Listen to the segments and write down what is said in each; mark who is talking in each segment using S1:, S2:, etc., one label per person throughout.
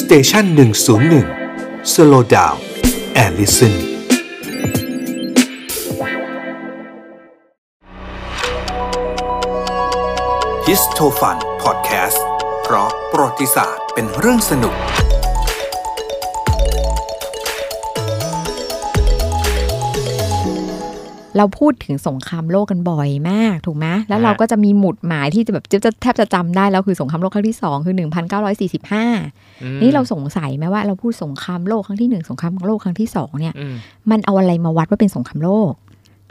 S1: สเตชันหนึ่งศูนย์หนึ่งสโลดาวแอลลิสัน ฮิสโทฟันพอดแคสต์เพราะประวัติศาสตร์เป็นเรื่องสนุก
S2: เราพูดถึงสงครามโลกกันบ่อยมาก ถูกไหมแล้วเรา
S3: ฮะ
S2: ก็จะมีหมุดหมายที่จะแบบจิ๊บจะแทบจะจำได้แล้วคือสงครามโลกครั้งที่ 2 คือ 1945
S3: อืม
S2: นี่เราสงสัยไหมว่าเราพูดสงครามโลกครั้งที่ 1 สงครามโลกครั้งที่ 2 เนี่ย
S3: อืม
S2: มันเอาอะไรมาวัดว่าเป็นสงครามโลก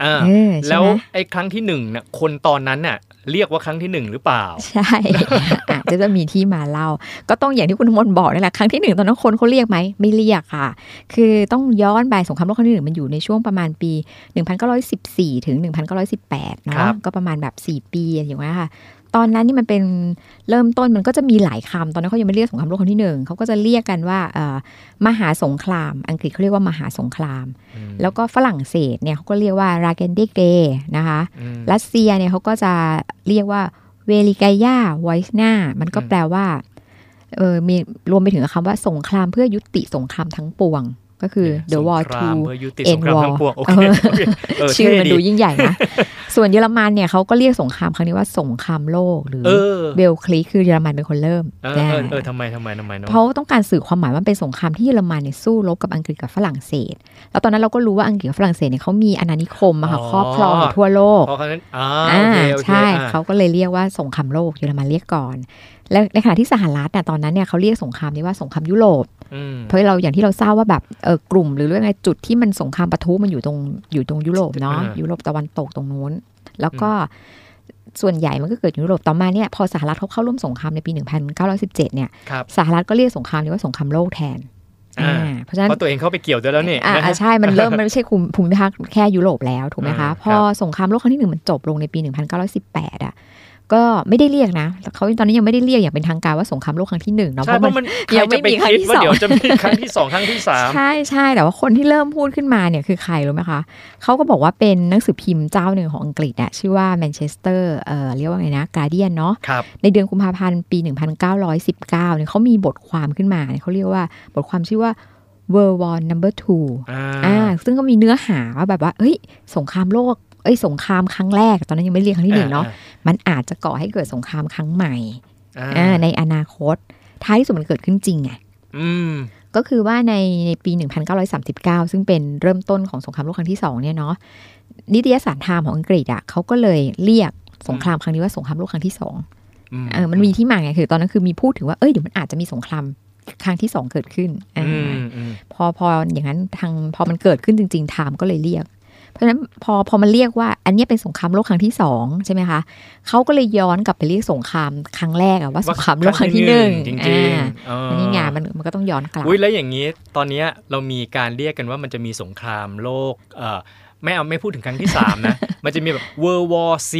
S3: อ่า
S2: เออใช่ไหม
S3: แล้วไอ้ครั้งที่หนึ่งน่ะคนตอนนั้นน่ะ เรียกว่าครั้งที่หนึ่งหรือเปล่า
S2: ใช่ อาจจะจะมีที่มาเล่า ก็ต้องอย่างที่คุณมนต์บอกนี่แหละครั้งที่หนึ่งตอนนั้นคนเขาเรียกไหมไม่เรียกค่ะ คือต้องย้อนไปสงครามโลกครั้งที่หนึ่งมันอยู่ในช่วงประมาณปี 1914 ถึง 1918
S3: ครั
S2: เนาะ
S3: บ
S2: ก็ประมาณแบบ 4 ปีอย่างเงี้ยค่ะ ตอนนั้นนี่มันเป็นเริ่มต้นมันก็จะมีหลายคำตอนนั้นเขายังไม่เรียกสงครามโลกครั้งที่หนึ่งเขาก็จะเรียกกันว่าเอ่อมหาสงคราม อังกฤษเขาเรียกว่ามหาสงคราม
S3: อืม
S2: แล้วก็ฝรั่งเศสเนี่ยเขาก็เรียกว่าราเกนดิกเดย์นะคะ
S3: อืม
S2: รัสเซียเนี่ยเขาก็จะเรียกว่าเวลิกายาไวชนามันก็
S3: อืม
S2: แปลว่าเออมีรวมไปถึงคำว่าสงครามเพื่อยุติสงครามทั้งปวง ก็คือ the
S3: สง
S2: war
S3: ค
S2: to
S3: รามเพื่อยุติสงครา
S2: end
S3: ม
S2: war
S3: ทั้งปวงโอ เค
S2: เออ
S3: โอเค
S2: ชื่อ
S3: เเท่
S2: มันดูยิ่งใหญ่ นะ ส่วนเยอรมันเนี่ยเขาก็เรียกสงครามครั้งนี้ว่าสงครามโลกหรือ
S3: เออ
S2: เบลคลิกคือเยอรมันเป็นคนเริ่ม
S3: เออเออเออ
S2: นะ
S3: ทำไมทำไมทำไมเนาะ
S2: เพราะต้องการสื่อความหมายว่ามันเป็นสงครามที่เยอรมันเนี่ยสู้รบกับอังกฤษกับฝรั่งเศส แล้วตอนนั้นเราก็รู้ว่าอังกฤษกับฝรั่งเศสเนี่ยเขามีอาณานิคมมาค่ะครอบครองอยู่ทั่วโลก
S3: เพราะครั้งนั้นอ่า
S2: อ่า
S3: โอเคโอเค
S2: ใช่
S3: อ่า
S2: เขาก็เลยเรียกว่าสงครามโลกเยอรมันเรียกก่อน และในขณะที่สหรัฐน่ะตอนนั้นเนี่ยเขาเรียกสงครามนี้ว่าสงครามยุโรป
S3: อืม
S2: เพราะเราอย่างที่เราทราบว่าแบบเออกลุ่มหรือเรื่องไงจุดที่มันสงครามปะทุมันอยู่ตรงอยู่ตรงยุโรปเนาะยุโรปตะวันตกตรงนู้น แล้วก็ส่วนใหญ่มันก็เกิดอยู่ยุโรปต่อมาเนี่ยพอสหรัฐเขาเข้าร่วมสงครามในปี 1917 เนี่ย
S3: ครับ
S2: สหรัฐก็เรียกสงครามนี้ว่าสงครามโลกแทน
S3: อ่า
S2: อ่าเพราะฉะนั้น
S3: เพราะตัวเองเข้าไปเกี่ยวด้วยแล้วนี่
S2: อ่า
S3: นะ
S2: อ่า
S3: ฮะ
S2: ใช่ มันเริ่ม มันไม่ใช่ภูมิภูมิภาคแค่ยุโรปแล้วถูกไหม
S3: อ่าครั
S2: คะ
S3: บ
S2: พอสงครามโลกครั้งที่หนึ่งมันจบลงในปี 1918 อ่ะ ก็ไม่ได้เรียกนะเขาตอนนี้ยังไม่ได้เรียกอย่างเป็นทางการว่าสงครามโลกครั้งที่หนึ่งเนาะ
S3: ใช่
S2: เพราะ
S3: เพ
S2: มัน
S3: ราะมัน
S2: เดี๋ยว
S3: ใครจะ
S2: ไม่
S3: ไป
S2: มีครั้ง
S3: คิด
S2: ที่สอ
S3: ว่า
S2: ง
S3: เดี๋ยวจะมีครั้งที่สองครั้งที่สาม
S2: ใช่ใช่แต่ว่าคนที่เริ่มพูดขึ้นมาเนี่ยคือใครรู้ไหมคะเขาก็บอกว่าเป็นหนังสือพิมพ์เจ้าหนึ่งของอังกฤษอะชื่อว่าแมนเชสเตอร์เอ่อเรียกว่าไงนะการเดียนเนาะ
S3: ครับ
S2: ในเดือนกุมภาพันธ์ปี 1919เนี่ยเขามีบทความขึ้นมาเนี่ยเขาเรียกว่าบทความชื่อว่า World War Number Two
S3: อ่า
S2: อ่าซึ่งก็มีเนื้อหาว่าแบบว่า เอ้ย สงครามโลก เอ้ย สงครามครั้งแรก ตอนนั้นยังไม่เรียกครั้งที่หนึ่งเนาะ มันอาจจะก่อให้เกิดสงครามครั้งใหม่
S3: อ่า
S2: อ่าในอนาคต ท้ายที่สุดมันเกิดขึ้นจริงไง
S3: อืม
S2: ก็คือว่าในในปี 1939 ซึ่งเป็นเริ่มต้นของสงครามโลกครั้งที่สองเนี่ยเนาะ นิตยสารไทม์ของอังกฤษอ่ะเขาก็เลยเรียกสงครามครั้งนี้ว่าสงครามโลกครั้งที่สองเออ มันมีที่มาไง คือ ตอนนั้นคือมีพูดถึงว่า เอ้ย เดี๋ยวมันอาจจะมีสงครามครั้งที่สองเกิดขึ้นอ่า
S3: อืมอืม
S2: พอพออย่างนั้นทางพอมันเกิดขึ้นจริงๆไทม์ก็เลยเรียก เพราะฉะนั้นพอพอมันเรียกว่าอันเนี้ยเป็นสงครามโลกครั้งที่สองใช่ไหมคะเขาก็เลยย้อนกลับไปเรียกสงครามครั้งแรกอะว่าสงครามโลกครั้งที่หนึ่ง
S3: จริง
S2: อ่า
S3: ๆเออ
S2: อันนี้ไงานมันมันก็ต้องย้อนกลับ
S3: อุ้ยแล้วอย่างนี้ตอนเนี้ยเรามีการเรียกกันว่ามันจะมีสงครามโลกเอ่อไม่เอาไม่พูดถึงครั้งที่ 3 นะ มันจะมีแบบ World War C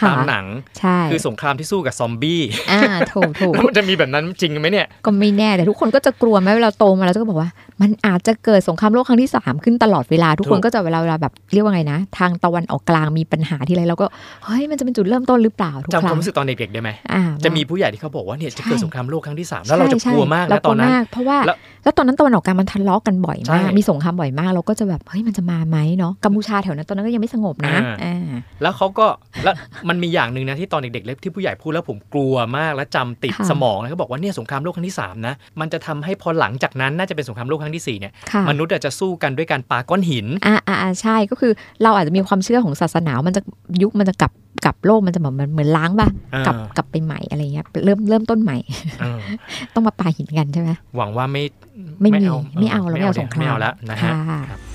S2: ค่ะ
S3: ตามหนัง
S2: ใช่
S3: คือสงครามที่สู้กับซอมบี้
S2: อ่าถูกถูก
S3: แล้วมันจะมีแบบนั้นจริงไหมเนี่ย
S2: ก็ไม่แน่แต่ทุกคนก็จะกลัวไหมเวลาโตมาเราจะก็บอกว่า มันอาจจะเกิดสงครามโลกครั้งที่สามขึ้นตลอดเวลาทุกคน
S3: ถูก
S2: ก็จะเวลาเวลาแบบเรียกว่าไงนะ ทางตะวันออกกลางมีปัญหาที่ไรเราก็เฮ้ยมันจะเป็นจุดเริ่มต้นหรือเปล่าทุก
S3: จำ
S2: ค
S3: ควา
S2: รั้
S3: ม
S2: ง
S3: รู้สึกตอนเด็กๆได้ไหม
S2: อ่า
S3: จะมีผู้ใหญ่ที่เขาบอกว่าเนี่ยจะเกิด
S2: ใช่
S3: สงครามโลกครั้งที่ 3 แล้วเราจะกลัวมาก
S2: ใช่
S3: นะ
S2: ใช่
S3: ตอนนั้น
S2: เรากลัวมากเพราะว่า
S3: แล้ว
S2: แล้วตอนนั้นตะวันออกกลางมันทะเลาะกันบ่อย
S3: ใช่
S2: มาก มีสงครามบ่อยมาก เราก็จะแบบเฮ้ยมันจะมาไหมเนาะกัมพูชาแถวนั้นตอนนั้นก็ยังไม่สงบนะ
S3: อ่า
S2: อ่า
S3: แล้วเขาก็แล้วมันมีอย่างหนึ่งนะที่ตอนเด็กๆเล็บที่ผู้ใหญ่พูดแล้วผมกลัวมากและจำติดสมองเลยเขาบอกว่าเนี่ยสงครามโลกครั้งที่สามนะมันจะทำให้พอหลังจากนั้นน่าจะเป็นสงครามโลกครั้งที่สี่เนี่ย
S2: ค่ะ
S3: มนุษย์อาจจะสู้กันด้วยการปาก้อนหิน
S2: อ่าอ่าอ่าใช่ก็คือเราอาจจะมีความเชื่อของศาสนามันจะยุคมันจะกลับกลับโลกมันจะแบบเหมือนเหมือนล้างป่ะ
S3: อ่าก
S2: ลับกลับไปใหม่อะไรเงี้ยเริ่มเริ่มต้นใหม่
S3: เออ
S2: ต้องมาปาหินกันใช่ไหม
S3: หวังว่าไม่
S2: ไม่มี
S3: เอา
S2: ไม่เอาเราไม่เอาสงคราม
S3: ไม่เอาแล้วนะฮะ
S2: ค่ะ
S3: ครับ